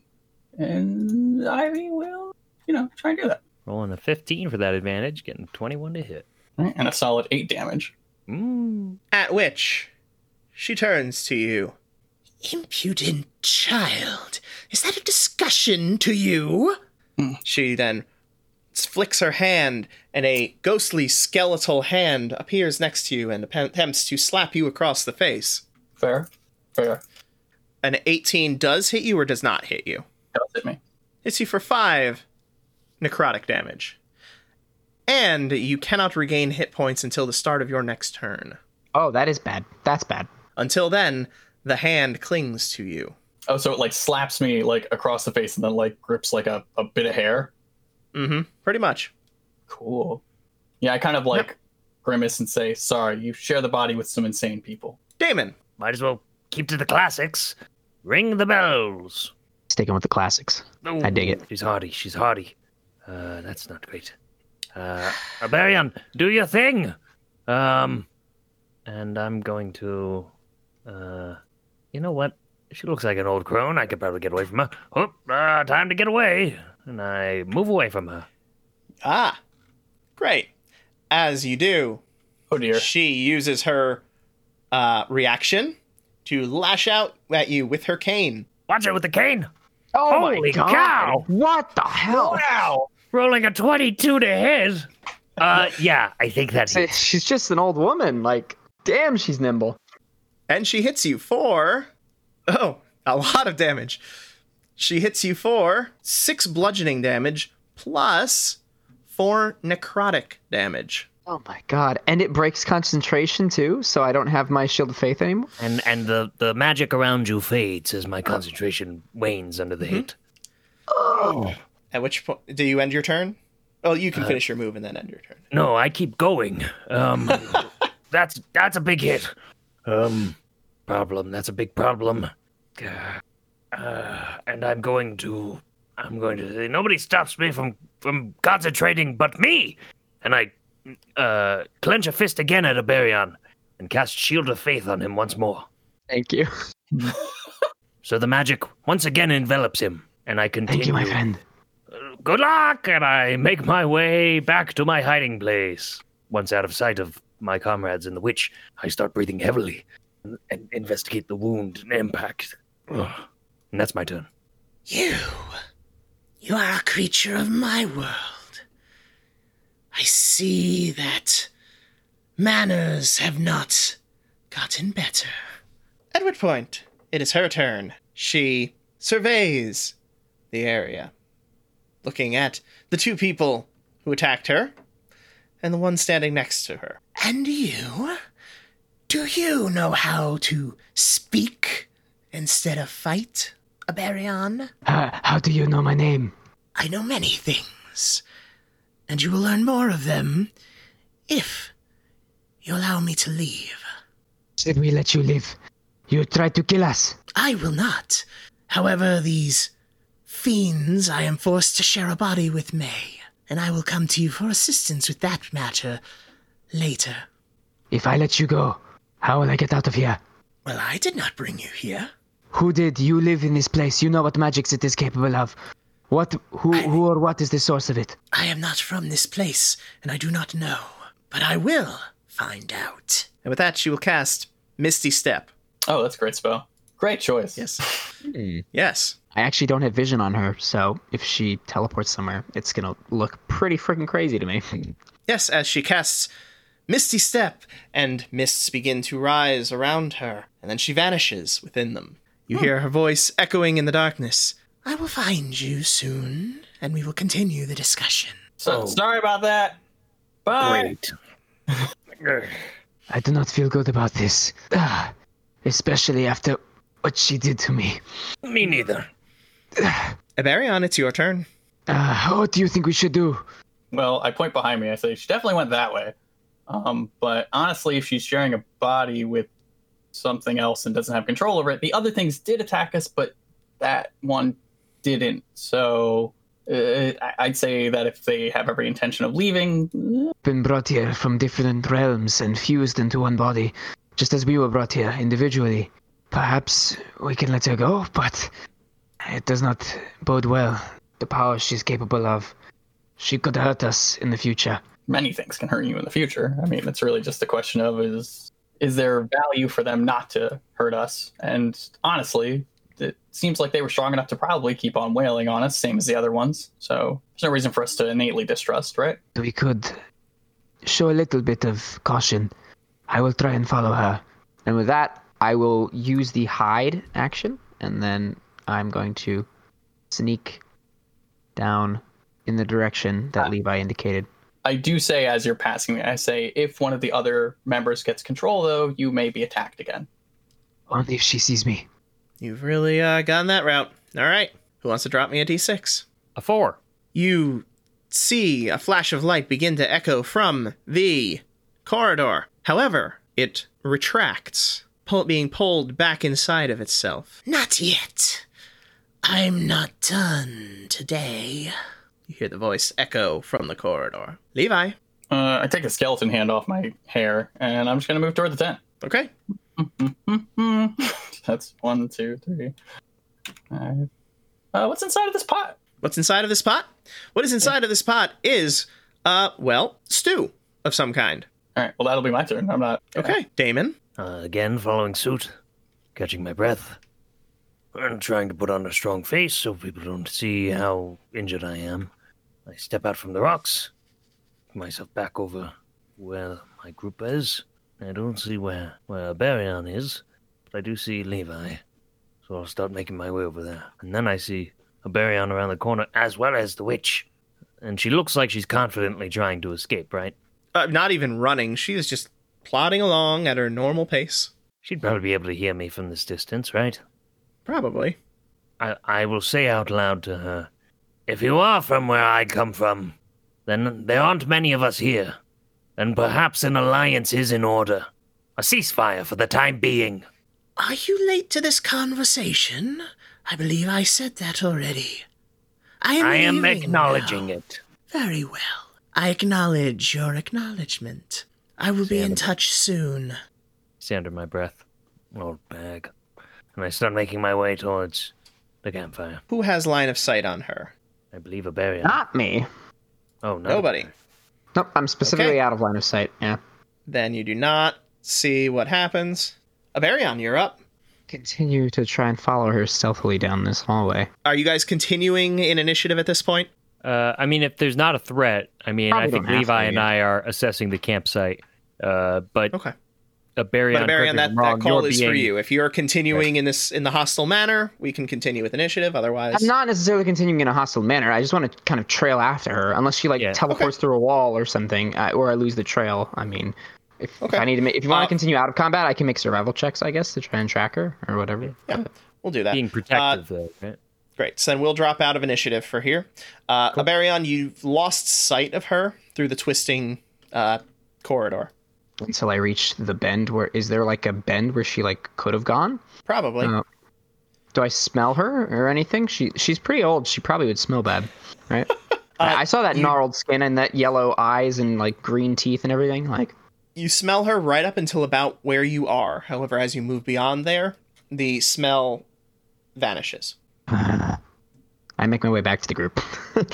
[SPEAKER 4] And Ivy will, you know, try and do that.
[SPEAKER 2] Rolling a fifteen for that advantage, getting twenty-one to hit.
[SPEAKER 4] Right, And a solid eight damage.
[SPEAKER 2] Mm.
[SPEAKER 1] At which she turns to you. Impudent child, is that a discussion to you?
[SPEAKER 4] Hmm.
[SPEAKER 1] She then flicks her hand, and a ghostly skeletal hand appears next to you and app- attempts to slap you across the face.
[SPEAKER 4] Fair, fair.
[SPEAKER 1] An 18 does hit you or does not hit you.
[SPEAKER 4] Does hit me.
[SPEAKER 1] Hits you for 5 necrotic damage. And you cannot regain hit points until the start of your next turn.
[SPEAKER 3] Oh, that is bad. That's bad.
[SPEAKER 1] Until then, the hand clings to you.
[SPEAKER 4] Oh, so it like slaps me like across the face and then like grips like a, a bit of hair.
[SPEAKER 1] Mm-hmm. Pretty much.
[SPEAKER 4] Cool. Yeah, I kind of like grimace and say, "Sorry, you share the body with some insane people."
[SPEAKER 1] Damon.
[SPEAKER 5] Might as well keep to the classics. Ring the bells.
[SPEAKER 3] Sticking with the classics. I dig
[SPEAKER 5] Ooh,
[SPEAKER 3] it.
[SPEAKER 5] She's hardy. She's hardy. Uh, that's not great. Uh, Barbarian, do your thing. Um, and I'm going to, uh, you know what? She looks like an old crone. I could probably get away from her. Oh, uh, time to get away. And I move away from her.
[SPEAKER 1] Ah. Great. As you do,
[SPEAKER 4] Oh dear.
[SPEAKER 1] she uses her uh, reaction to lash out at you with her cane.
[SPEAKER 5] Watch it with the cane.
[SPEAKER 3] Oh
[SPEAKER 5] Holy cow!
[SPEAKER 3] What the hell?
[SPEAKER 4] Wow.
[SPEAKER 5] Rolling a 22 to hit. Uh, yeah, I
[SPEAKER 3] (laughs)
[SPEAKER 5] think that hits.
[SPEAKER 3] She's just an old woman. Like, damn, she's nimble.
[SPEAKER 1] And she hits you for. Oh, a lot of damage. She hits you for six bludgeoning damage plus four necrotic damage.
[SPEAKER 3] Oh my god! And it breaks concentration too, so I don't have my shield of faith anymore.
[SPEAKER 5] And and the, the magic around you fades as my concentration wanes under
[SPEAKER 3] Mm-hmm.
[SPEAKER 5] the hit.
[SPEAKER 1] At which point do you end your turn? Oh, you can finish your move and then end your turn.
[SPEAKER 5] No, I keep going. Um, that's that's a big hit. Um, problem. That's a big problem. Gah. Uh, and I'm going to, I'm going to. Nobody stops me from from concentrating but me. And I, uh, clench a fist again at Aberion, and cast Shield of Faith on him once more.
[SPEAKER 3] Thank you.
[SPEAKER 5] So the magic once again envelops him, and I continue.
[SPEAKER 3] Thank you, my friend.
[SPEAKER 5] Good luck, and I make my way back to my hiding place. Once out of sight of my comrades and the witch, I start breathing heavily and, and investigate the wound and impact. Ugh. And that's my turn.
[SPEAKER 1] You. You are a creature of my world. I see that manners have not gotten better. At which point, it is her turn. She surveys the area, looking at the two people who attacked her and the one standing next to her. And you? Do you know how to speak instead of fight, Aberion?
[SPEAKER 3] Uh, how do you know my name?
[SPEAKER 1] I know many things, and you will learn more of them if you allow me to leave.
[SPEAKER 3] Should we let you live? You tried to kill us.
[SPEAKER 1] I will not. However, these fiends I am forced to share a body with may, and I will come to you for assistance with that matter later.
[SPEAKER 3] If I let you go, how will I get out of here?
[SPEAKER 1] Well, I did not bring you here.
[SPEAKER 3] Who did? You live in this place. You know what magics it is capable of. What? Who? Who or what is the source of it?
[SPEAKER 1] I am not from this place, and I do not know, but I will find out. And with that, she will cast Misty Step.
[SPEAKER 4] Oh, that's a great spell. Great choice.
[SPEAKER 1] Yes. Yes.
[SPEAKER 3] I actually don't have vision on her, so if she teleports somewhere, it's gonna look pretty freaking crazy to (laughs) me.
[SPEAKER 1] Yes, as she casts Misty Step, and mists begin to rise around her, and then she vanishes within them. You hear her voice echoing in the darkness. Hmm. I will find you soon, and we will continue the discussion.
[SPEAKER 4] So
[SPEAKER 5] Oh.
[SPEAKER 4] sorry about that. Bye.
[SPEAKER 5] Ugh.
[SPEAKER 3] I do not feel good about this, Ah, especially after what she did to me.
[SPEAKER 5] Me neither.
[SPEAKER 1] Aberion, it's your turn.
[SPEAKER 3] Uh, what do you think we should do?
[SPEAKER 4] Well, I point behind me. I say she definitely went that way. Um, but honestly, if she's sharing a body with something else and doesn't have control over it, the other things did attack us, but that one didn't. So uh, I- I'd say that if they have every intention of leaving,
[SPEAKER 3] Been brought here from different realms and fused into one body, just as we were brought here individually. Perhaps we can let her go, but it does not bode well. The power she's capable of, she could hurt us in the future.
[SPEAKER 4] many things can hurt you in the future. I mean, it's really just a question of is is there value for them not to hurt us? And honestly, it seems like they were strong enough to probably keep on wailing on us, same as the other ones. So there's no reason for us to innately distrust, right?
[SPEAKER 3] We could show a little bit of caution. I will try and follow her. And with that, I will use the hide action, and then I'm going to sneak down in the direction that Levi indicated.
[SPEAKER 4] I do say as you're passing me, I say if one of the other members gets control, though, you may be attacked again.
[SPEAKER 3] Only if she sees me.
[SPEAKER 1] You've really uh, gone that route. All right. Who wants to drop me a d6?
[SPEAKER 2] A four.
[SPEAKER 1] You see a flash of light begin to echo from the corridor. However, it retracts, pull- being pulled back inside of itself. Not yet. I'm not done today. You hear the voice echo from the corridor. Levi.
[SPEAKER 4] Uh, I take the skeleton hand off my hair, and I'm just gonna move toward the tent. Hmm.
[SPEAKER 1] Okay.
[SPEAKER 4] (laughs) That's one, two, three, five. Uh, what's inside of this pot?
[SPEAKER 1] What's inside of this pot? What is inside of this pot is, uh, well, stew of some kind.
[SPEAKER 4] All right. Well, that'll be my turn. I'm not.
[SPEAKER 1] Okay. Damon.
[SPEAKER 5] Uh, again, following suit, catching my breath, and trying to put on a strong face so people don't see how injured I am. I step out from the rocks, put myself back over where my group is. I don't see where where Barion is, but I do see Levi, so I'll start making my way over there. And then I see Barion around the corner, as well as the witch, and she looks like she's confidently trying to escape. Right?
[SPEAKER 1] Uh, not even running. She is just plodding along at her normal pace.
[SPEAKER 5] She'd probably be able to hear me from this distance, right?
[SPEAKER 1] Probably.
[SPEAKER 5] I, I will say out loud to her, If you are from where I come from, then there aren't many of us here, and perhaps an alliance is in order. A ceasefire for the time being.
[SPEAKER 1] Are you late to this conversation? I believe I said that already. I am,
[SPEAKER 5] I am
[SPEAKER 1] leaving
[SPEAKER 5] acknowledging
[SPEAKER 1] now.
[SPEAKER 5] it.
[SPEAKER 1] Very well. I acknowledge your acknowledgement. I will be in touch soon.
[SPEAKER 2] Say under my breath.
[SPEAKER 5] Old bag. And I start making my way towards the campfire.
[SPEAKER 1] Who has line of sight on her?
[SPEAKER 5] I believe a barrier.
[SPEAKER 3] Not me.
[SPEAKER 5] oh, no.
[SPEAKER 1] Nobody.
[SPEAKER 3] Nope, I'm specifically
[SPEAKER 1] Okay.
[SPEAKER 3] out of line of sight. Yeah.
[SPEAKER 1] Then you do not see what happens. Avarion, you're up.
[SPEAKER 3] Continue to try and follow her stealthily down this hallway.
[SPEAKER 1] Are you guys continuing in initiative at this point?
[SPEAKER 2] Uh, I mean, if there's not a threat, I mean,
[SPEAKER 3] Probably
[SPEAKER 2] I think
[SPEAKER 3] don't have
[SPEAKER 2] Levi
[SPEAKER 3] to,
[SPEAKER 2] and
[SPEAKER 3] yeah.
[SPEAKER 2] I are assessing the campsite. Uh, but
[SPEAKER 1] Okay.
[SPEAKER 2] a Baryon,
[SPEAKER 1] But Avarion, that, that call is
[SPEAKER 2] being,
[SPEAKER 1] for you. If you're continuing in this in the hostile manner, we can continue with initiative. Otherwise,
[SPEAKER 3] I'm not necessarily continuing in a hostile manner. I just want to kind of trail after her, unless she like
[SPEAKER 2] Yeah.
[SPEAKER 3] teleports through a wall or something, uh, or I lose the trail. I mean, if, if
[SPEAKER 1] Okay.
[SPEAKER 3] I need to, make, if you want
[SPEAKER 1] Uh,
[SPEAKER 3] to continue out of combat, I can make survival checks, I guess, to try and track her or whatever.
[SPEAKER 1] yeah, we'll do that.
[SPEAKER 2] being
[SPEAKER 1] Uh,
[SPEAKER 2] protective, though. Right?
[SPEAKER 1] Great. So then we'll drop out of initiative for here. Uh, Aberion, you've lost sight of her through the twisting uh, corridor.
[SPEAKER 3] Until I reach the bend, where is there like a bend where she like could have gone?
[SPEAKER 1] Probably.
[SPEAKER 3] Uh, Do I smell her or anything? She she's pretty old. She probably would smell bad, right?
[SPEAKER 1] (laughs) Uh,
[SPEAKER 3] I I saw that gnarled skin and that yellow eyes and like green teeth and everything. Like,
[SPEAKER 1] you smell her right up until about where you are. However, as you move beyond there, the smell vanishes.
[SPEAKER 3] (sighs) I make my way back to the group. (laughs)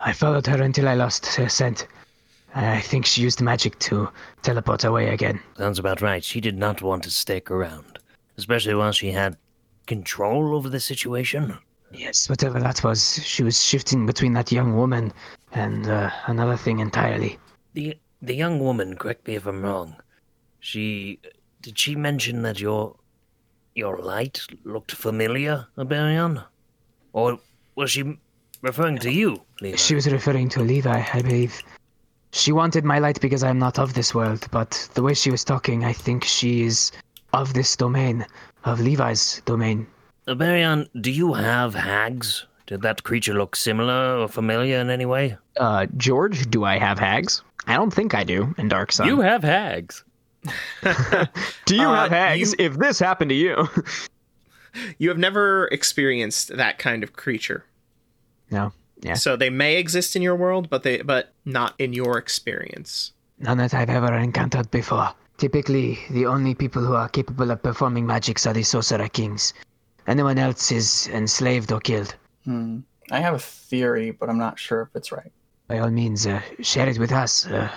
[SPEAKER 3] I followed her until I lost her scent. I think she used magic to teleport away again.
[SPEAKER 5] Sounds about right. She did not want to stick around, especially while she had control over the situation.
[SPEAKER 3] Yes, whatever that was, she was shifting between that young woman and uh, another thing entirely.
[SPEAKER 5] The the young woman, correct me if I'm wrong. She did she mention that your your light looked familiar, Aberion? Or was she referring to you, Levi?
[SPEAKER 3] She was referring to Levi, I believe. She wanted my light because I'm not of this world, but the way she was talking, I think she is of this domain, of Levi's domain.
[SPEAKER 5] Aberion, do you have hags? Did that creature look similar or familiar in any way?
[SPEAKER 3] Uh, George, do I have hags? I don't think I do in Dark Sun.
[SPEAKER 2] You have hags.
[SPEAKER 3] do you
[SPEAKER 1] Uh,
[SPEAKER 3] have hags?
[SPEAKER 1] you-
[SPEAKER 3] If this happened to you, (laughs)
[SPEAKER 1] You have never experienced that kind of creature.
[SPEAKER 3] no, yeah,
[SPEAKER 1] So they may exist in your world, but they but not in your experience.
[SPEAKER 3] none that I've ever encountered before. Typically, the only people who are capable of performing magics are the sorcerer kings. Anyone else is enslaved or killed.
[SPEAKER 4] Hmm. I have a theory, but I'm not sure if it's right.
[SPEAKER 3] By all means, uh, share it with us. Uh,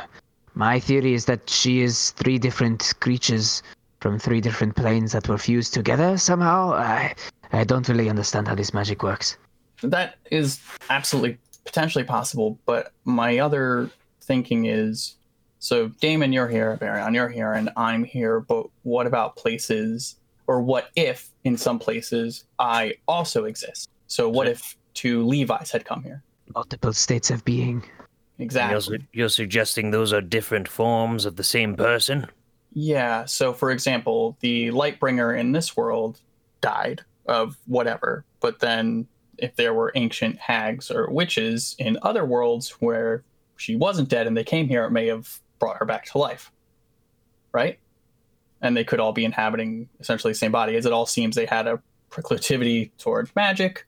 [SPEAKER 3] my theory is that she is three different creatures from three different planes that were fused together somehow. I, I don't really understand how this magic works.
[SPEAKER 4] That is absolutely potentially possible, but my other thinking is so Damon, you're here, Baron, you're here, and I'm here, but what about places or what if in some places I also exist? So what if two Levi's had come here?
[SPEAKER 3] Multiple states of being.
[SPEAKER 4] Exactly.
[SPEAKER 5] You're, su- you're suggesting those are different forms of the same person?
[SPEAKER 4] Yeah. So, for example, the Lightbringer in this world died of whatever, but then if there were ancient hags or witches in other worlds where she wasn't dead and they came here, it may have brought her back to life, right? And they could all be inhabiting essentially the same body. As it all seems, they had a proclivity toward magic,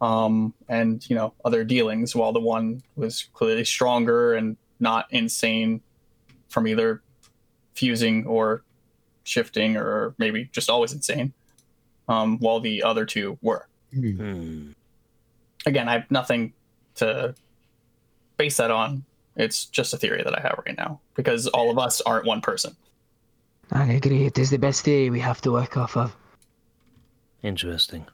[SPEAKER 4] um, and you know other dealings. While the one was clearly stronger and not insane from either fusing or shifting or maybe just always insane um, while the other two were
[SPEAKER 5] Hmm.
[SPEAKER 4] again i have nothing to base that on it's just a theory that i have right now because all of us aren't one person
[SPEAKER 3] I agree. It is the best theory we have to work off of.
[SPEAKER 5] Interesting.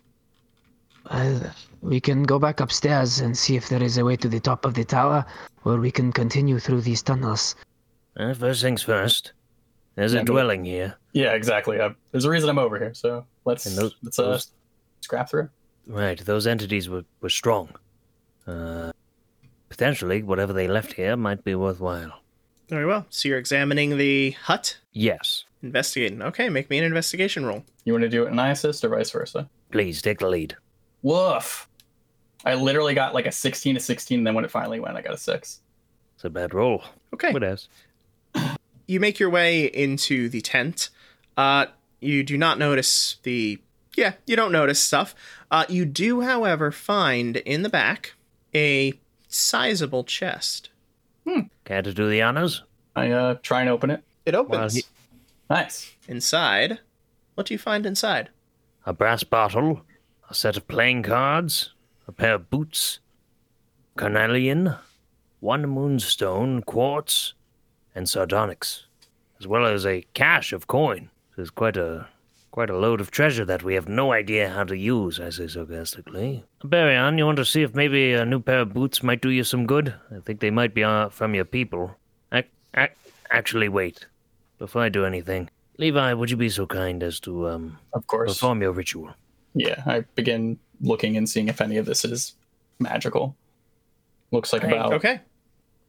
[SPEAKER 3] Well, we can go back upstairs and see if there is a way to the top of the tower, or we can continue through these tunnels.
[SPEAKER 5] Uh, first things first. There's
[SPEAKER 4] Yeah,
[SPEAKER 5] a
[SPEAKER 4] but-
[SPEAKER 5] dwelling here.
[SPEAKER 4] yeah exactly I, there's a reason i'm over here so let's
[SPEAKER 5] And those-
[SPEAKER 4] let's uh,
[SPEAKER 5] those-
[SPEAKER 4] scrap through
[SPEAKER 5] Right, those entities were, were strong. Uh, potentially, whatever they left here might be worthwhile.
[SPEAKER 1] Very well. So you're examining the hut,
[SPEAKER 2] Yes.
[SPEAKER 1] investigating. Okay, make me an investigation roll.
[SPEAKER 4] you want to do it in i assist or vice versa
[SPEAKER 5] Please take the lead.
[SPEAKER 4] woof i literally got like a 16 to 16 and then when it finally went i got a 6
[SPEAKER 5] It's a bad roll.
[SPEAKER 1] Okay.
[SPEAKER 2] What else?
[SPEAKER 1] you make your way into the tent. Uh, you do not notice the. Yeah, you don't notice stuff. Uh, you do, however, find in the back a sizable chest.
[SPEAKER 5] Care to do the honors?
[SPEAKER 4] i uh try and open it
[SPEAKER 1] It opens.
[SPEAKER 2] he-
[SPEAKER 4] nice
[SPEAKER 1] Inside, what do you find inside?
[SPEAKER 5] A brass bottle, a set of playing cards, a pair of boots, carnelian, one moonstone, quartz, and sardonyx, as well as a cache of coin. There's quite a quite a load of treasure that we have no idea how to use, I say sarcastically. Barion, you want to see if maybe a new pair of boots might do you some good? I think they might be uh, from your people. Ac- ac- actually, wait. Before I do anything, Levi, would you be so kind as to um,
[SPEAKER 4] Of course.
[SPEAKER 5] perform your ritual?
[SPEAKER 4] Yeah, I begin looking and seeing if any of this is magical. Looks like about
[SPEAKER 1] Okay.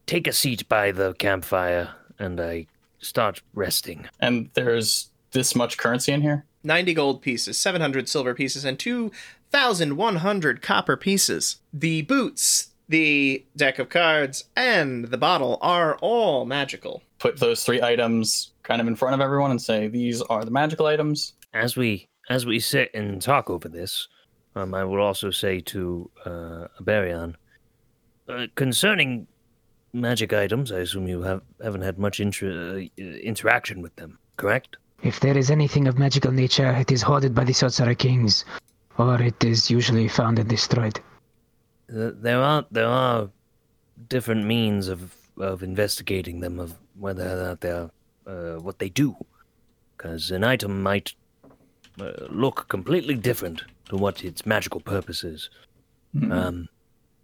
[SPEAKER 5] Take a seat by the campfire, and I start resting.
[SPEAKER 4] and there's this much currency in here.
[SPEAKER 1] 90 gold pieces, 700 silver pieces, and 2,100 copper pieces. The boots, the deck of cards, and the bottle are all magical.
[SPEAKER 4] Put those three items kind of in front of everyone and say these are the magical items.
[SPEAKER 5] as we as we sit and talk over this, um, I will also say to uh, Barion, uh, concerning magic items. I assume you have haven't had much intra- uh, interaction with them, correct?
[SPEAKER 3] If there is anything of magical nature, it is hoarded by the Sotsara kings, or it is usually found and destroyed.
[SPEAKER 5] Th- There are there are different means of of investigating them of whether or not they're uh, what they do, because an item might uh, look completely different to what its magical purpose is. Um,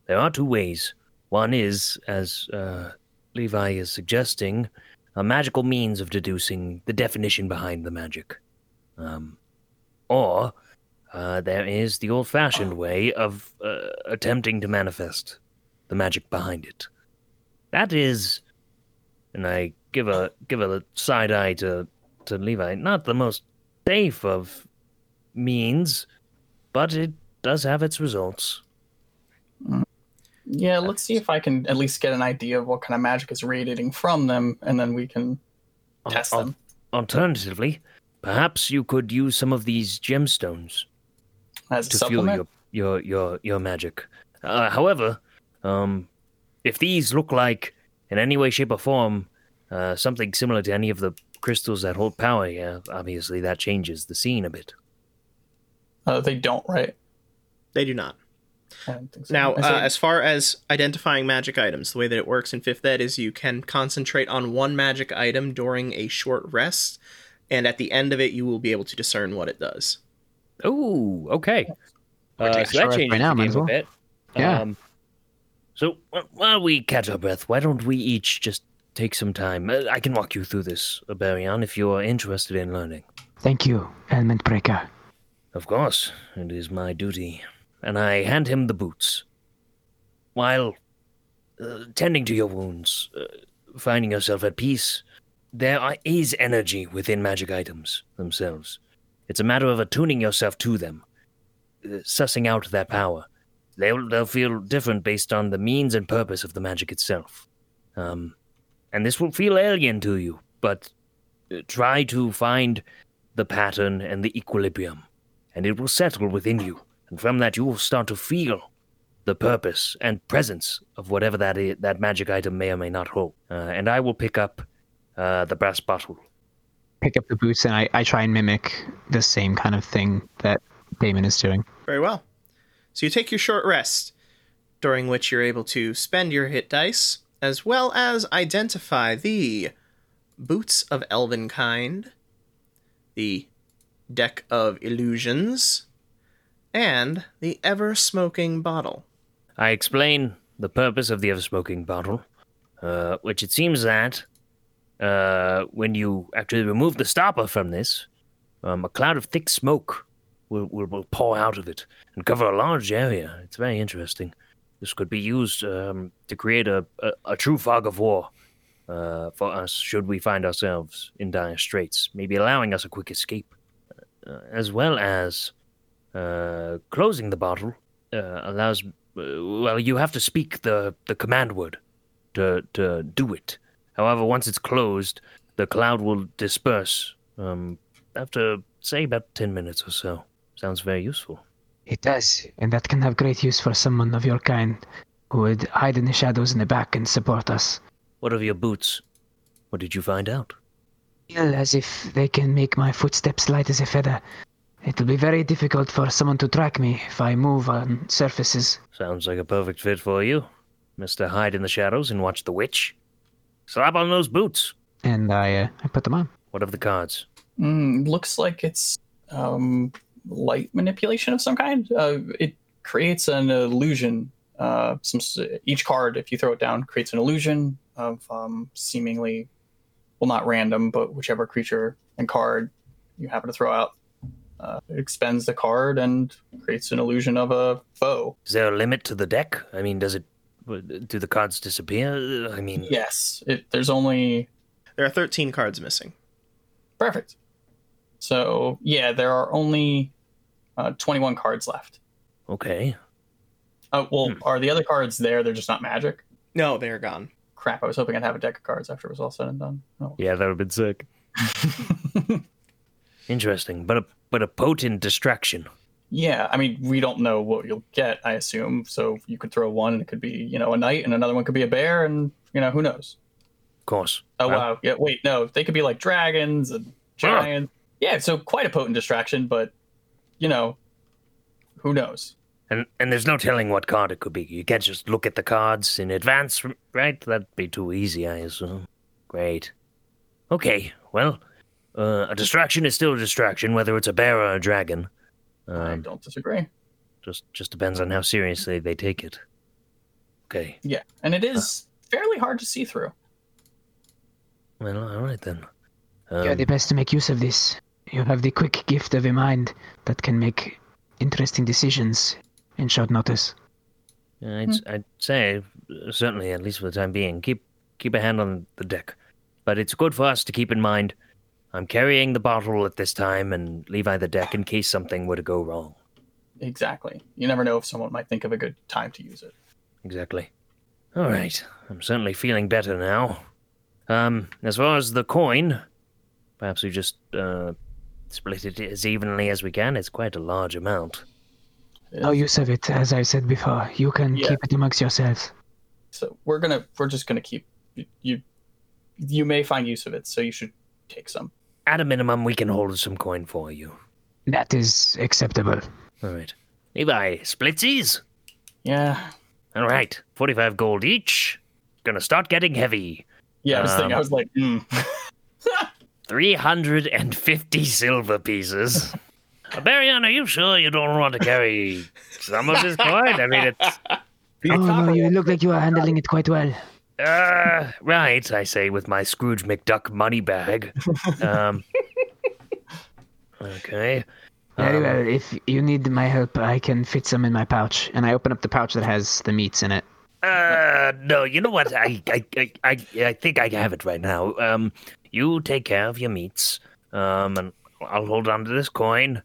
[SPEAKER 5] there are two ways. One is, as uh, Levi is suggesting, a magical means of deducing the definition behind the magic, um, or uh, there is the old fashioned way of uh, attempting to manifest the magic behind it. That is, and I give a give a side eye to to Levi. Not the most safe of means, but it does have its results.
[SPEAKER 4] Yeah, let's see if I can at least get an idea of what kind of magic is radiating from them, and then we can
[SPEAKER 5] Al-
[SPEAKER 4] test
[SPEAKER 5] al-
[SPEAKER 4] them.
[SPEAKER 5] Alternatively, perhaps you could use some of these gemstones
[SPEAKER 4] As a
[SPEAKER 5] to fuel
[SPEAKER 4] supplement,
[SPEAKER 5] your your your your magic. Uh, however, um, if these look like in any way, shape, or form uh, something similar to any of the crystals that hold power, yeah, obviously that changes the scene a bit.
[SPEAKER 4] uh, they don't, right?
[SPEAKER 1] They do not.
[SPEAKER 4] I don't think so.
[SPEAKER 1] Now,
[SPEAKER 4] I say-
[SPEAKER 1] uh, as far as identifying magic items, the way that it works in fifth ed is you can concentrate on one magic item during a short rest, and at the end of it, you will be able to discern what it does.
[SPEAKER 2] Oh, okay.
[SPEAKER 3] We're
[SPEAKER 2] Uh,
[SPEAKER 3] taking
[SPEAKER 2] so that
[SPEAKER 3] a short break
[SPEAKER 2] changes
[SPEAKER 3] right now,
[SPEAKER 2] the
[SPEAKER 3] might
[SPEAKER 2] game
[SPEAKER 3] as
[SPEAKER 2] a
[SPEAKER 3] well.
[SPEAKER 2] bit.
[SPEAKER 3] Yeah.
[SPEAKER 2] Um,
[SPEAKER 5] So wh- while we catch our breath, why don't we each just take some time? Uh, I can walk you through this, Barion, if you are interested in learning.
[SPEAKER 3] Thank you, Element Breaker.
[SPEAKER 5] Of course, it is my duty. And I hand him the boots. While uh, tending to your wounds, uh, finding yourself at peace, there are, is energy within magic items themselves. It's a matter of attuning yourself to them, uh, sussing out their power. They'll, they'll feel different based on the means and purpose of the magic itself. Um, and this will feel alien to you, but uh, try to find the pattern and the equilibrium and it will settle within you. And from that, you will start to feel the purpose and presence of whatever that i that magic item may or may not hold. Uh, and I will pick up uh, the brass bottle.
[SPEAKER 3] Pick up the boots, and I, I try and mimic the same kind of thing that Damon is doing.
[SPEAKER 1] Very well. So you take your short rest, during which you're able to spend your hit dice, as well as identify the Boots of Elven Kind, the Deck of Illusions, and the Ever Smoking Bottle.
[SPEAKER 5] I explain the purpose of the ever smoking bottle, uh, which it seems that uh, when you actually remove the stopper from this, um, a cloud of thick smoke will, will, will pour out of it and cover a large area. It's very interesting. This could be used um, to create a, a, a true fog of war uh, for us should we find ourselves in dire straits, maybe allowing us a quick escape, uh, as well as uh, closing the bottle uh, allows. Uh, well, you have to speak the, the command word to to do it. However, once it's closed, the cloud will disperse. Um, after say about ten minutes or so. Sounds very useful.
[SPEAKER 3] It does, and that can have great use for someone of your kind who would hide in the shadows in the back and support us.
[SPEAKER 5] What of your boots? What did you find out?
[SPEAKER 3] Feel as if they can make my footsteps light as a feather, It'll be very difficult for someone to track me if I move on surfaces.
[SPEAKER 5] Sounds like a perfect fit for you, Mister. Hide in the shadows and watch the witch. Slap on those boots.
[SPEAKER 3] And I, uh, I put them on.
[SPEAKER 5] What of the cards?
[SPEAKER 4] Mm, looks like it's um, light manipulation of some kind. Uh, it creates an illusion. Uh, some each card, if you throw it down, creates an illusion of um, seemingly, well, not random, but whichever creature and card you happen to throw out uh, expends the card and creates an illusion of a foe.
[SPEAKER 5] Is there a limit to the deck? I mean, does it? uh, Do the cards disappear? I mean,
[SPEAKER 4] Yes, it, there's only
[SPEAKER 1] There are 13 cards missing.
[SPEAKER 4] perfect. So yeah, there are only uh, 21 cards left.
[SPEAKER 5] okay.
[SPEAKER 4] Uh, well, are the other cards there? They're just not magic.
[SPEAKER 1] No, they are gone.
[SPEAKER 4] Crap! I was hoping I'd have a deck of cards after it was all said and done. Oh.
[SPEAKER 2] Yeah, that would have been sick.
[SPEAKER 5] Interesting, but a but a potent distraction.
[SPEAKER 4] Yeah, I mean, we don't know what you'll get. I assume so. You could throw one, and it could be you know a knight, and another one could be a bear, and you know who knows.
[SPEAKER 5] Of course.
[SPEAKER 4] Oh
[SPEAKER 5] Well,
[SPEAKER 4] wow! Yeah, wait, no, they could be like dragons and giants. Yeah, so quite a potent distraction, but you know, who knows?
[SPEAKER 5] And and there's no telling what card it could be. You can't just look at the cards in advance, r- right? That'd be too easy, I assume. Great. Okay, well, uh, a distraction is still a distraction, whether it's a bear or a dragon.
[SPEAKER 4] I
[SPEAKER 5] Um,
[SPEAKER 4] don't disagree.
[SPEAKER 5] just just depends on how seriously they take it. Okay.
[SPEAKER 4] Yeah, and it is fairly hard to see through.
[SPEAKER 5] Well, all right then. Um,
[SPEAKER 3] You're the best to make use of this. You have the quick gift of a mind that can make interesting decisions in short notice.
[SPEAKER 5] I'd, I'd say uh, certainly, at least for the time being, keep keep a hand on the deck. But it's good for us to keep in mind. I'm carrying the bottle at this time, and Levi the deck in case something were to go wrong.
[SPEAKER 4] Exactly. You never know if someone might think of a good time to use it.
[SPEAKER 5] Exactly. All right, I'm certainly feeling better now. Um, as far as the coin, perhaps we just uh, split it as evenly as we can. It's quite a large amount.
[SPEAKER 3] No use of it, as I said before. You can
[SPEAKER 4] Yeah.
[SPEAKER 3] keep it amongst yourselves.
[SPEAKER 4] So we're gonna, we're just gonna keep you. You, you may find use of it, so you should take some.
[SPEAKER 5] At a minimum, we can hold some coin for you.
[SPEAKER 3] That is acceptable.
[SPEAKER 5] All right, Levi, splitsies.
[SPEAKER 4] Yeah.
[SPEAKER 5] All right, 45 gold each. Gonna start getting heavy.
[SPEAKER 4] Yeah. I was thinking. I
[SPEAKER 5] Um,
[SPEAKER 4] was like, hmm.
[SPEAKER 5] 350 silver pieces. Uh, Marion, are you sure you don't want to carry some of this coin? I mean, it's.
[SPEAKER 3] Oh no, you look like you are handling it quite well.
[SPEAKER 5] Uh, right, I say with my Scrooge McDuck money bag. Um, okay.
[SPEAKER 3] Very
[SPEAKER 5] Um,
[SPEAKER 3] well. If you need my help, I can fit some in my pouch. And I open up the pouch that has the meats in it.
[SPEAKER 5] Uh, no, you know what? I, I, I, I, I think I have it right now. Um, you take care of your meats. Um, and I'll hold on to this coin.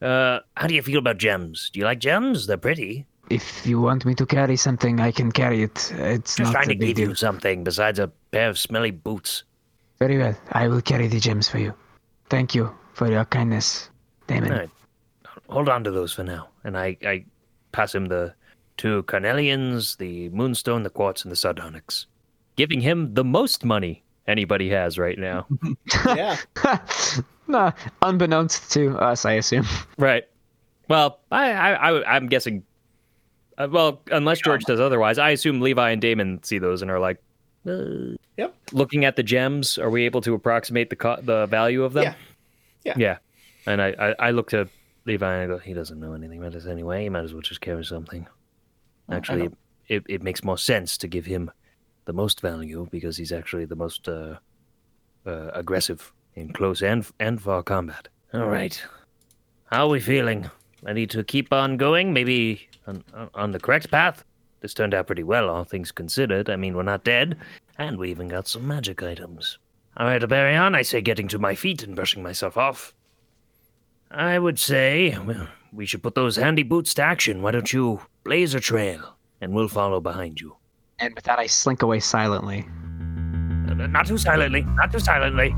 [SPEAKER 5] Uh, how do you feel about gems? Do you like gems? They're pretty.
[SPEAKER 3] If you want me to carry something, I can carry it. It's not
[SPEAKER 5] Just trying
[SPEAKER 3] a
[SPEAKER 5] to
[SPEAKER 3] big
[SPEAKER 5] give
[SPEAKER 3] deal.
[SPEAKER 5] you something besides a pair of smelly boots.
[SPEAKER 3] Very well. I will carry the gems for you. Thank you for your kindness, Damon.
[SPEAKER 5] All right. Hold on to those for now. And I, I pass him the two carnelians, the moonstone, the quartz, and the sardonyx.
[SPEAKER 2] Giving him the most money anybody has right now.
[SPEAKER 1] yeah.
[SPEAKER 3] (laughs) Nah, unbeknownst to us, I assume.
[SPEAKER 2] (laughs) Right. Well, I, I, I I'm guessing. Uh, well, unless George does otherwise, I assume Levi and Damon see those and are like, uh,
[SPEAKER 1] Yep.
[SPEAKER 2] Looking at the gems, are we able to approximate the co- the value of them?
[SPEAKER 1] Yeah. Yeah.
[SPEAKER 2] And I, I, I look to
[SPEAKER 5] Levi, I go, he doesn't know anything about this anyway. He might as well just carry something.
[SPEAKER 4] Oh, I
[SPEAKER 5] Actually,
[SPEAKER 4] don't-
[SPEAKER 5] it, it makes more sense to give him the most value because he's actually the most uh, uh, aggressive in close and and far combat. All right. How are we feeling? Ready to keep on going? Maybe on, on- on the correct path? This turned out pretty well, all things considered. I mean, we're not dead, and we even got some magic items. All right, Aberion, I say getting to my feet and brushing myself off. I would say, well, we should put those handy boots to action. Why don't you blaze a trail, and we'll follow behind you.
[SPEAKER 3] And with that, I slink away silently.
[SPEAKER 5] Uh, Not too silently, not too silently.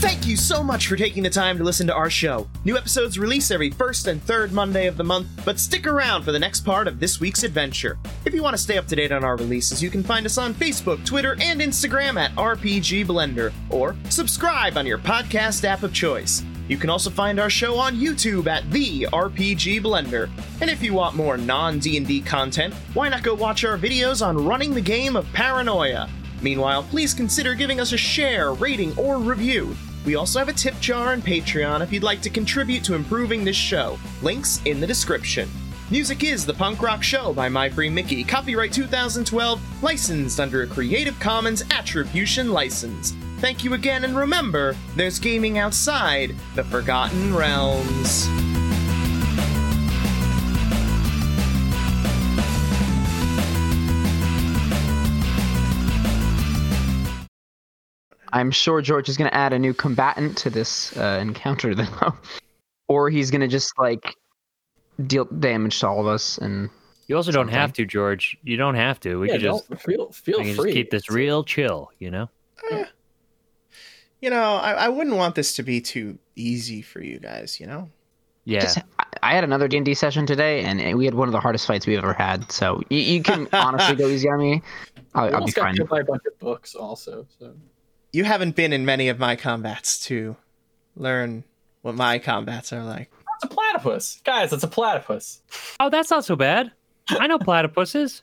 [SPEAKER 1] Thank you so much for taking the time to listen to our show. New episodes release every first and third Monday of the month, but stick around for the next part of this week's adventure. If you want to stay up to date on our releases, you can find us on Facebook, Twitter, and Instagram at RPG Blender, or subscribe on your podcast app of choice. You can also find our show on YouTube at The RPG Blender. And if you want more non-D&D content, why not go watch our videos on running the game of Paranoia? Meanwhile, please consider giving us a share, rating, or review. We also have a tip jar on Patreon if you'd like to contribute to improving this show. Links in the description. Music is The Punk Rock Show by My Free Mickey, copyright 2012, licensed under a Creative Commons Attribution License. Thank you again, and remember, there's gaming outside the Forgotten Realms.
[SPEAKER 3] I'm sure George is going to add a new combatant to this uh, encounter, (laughs) though, or he's going to just like deal damage to all of us. And
[SPEAKER 2] You also don't have to, George. You don't have to. We
[SPEAKER 4] yeah,
[SPEAKER 2] could just,
[SPEAKER 4] don't, feel feel
[SPEAKER 2] we could
[SPEAKER 4] free.
[SPEAKER 2] just keep this real chill, you know?
[SPEAKER 1] You know, I, I wouldn't want this to be too easy for you guys, you know?
[SPEAKER 2] Yeah.
[SPEAKER 3] just, I, I had another D and D session today, and we had one of the hardest fights we've ever had. So you, you
[SPEAKER 4] (laughs)
[SPEAKER 3] can honestly go easy on me.
[SPEAKER 4] We
[SPEAKER 3] I'll, I'll be
[SPEAKER 4] almost got
[SPEAKER 3] fine.
[SPEAKER 4] killed by a bunch of books, also. So
[SPEAKER 1] You haven't been in many of my combats to learn what my combats are like.
[SPEAKER 4] it's a platypus, guys. It's a platypus.
[SPEAKER 2] oh, that's not so bad. I know platypuses.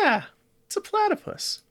[SPEAKER 1] Yeah, it's a platypus.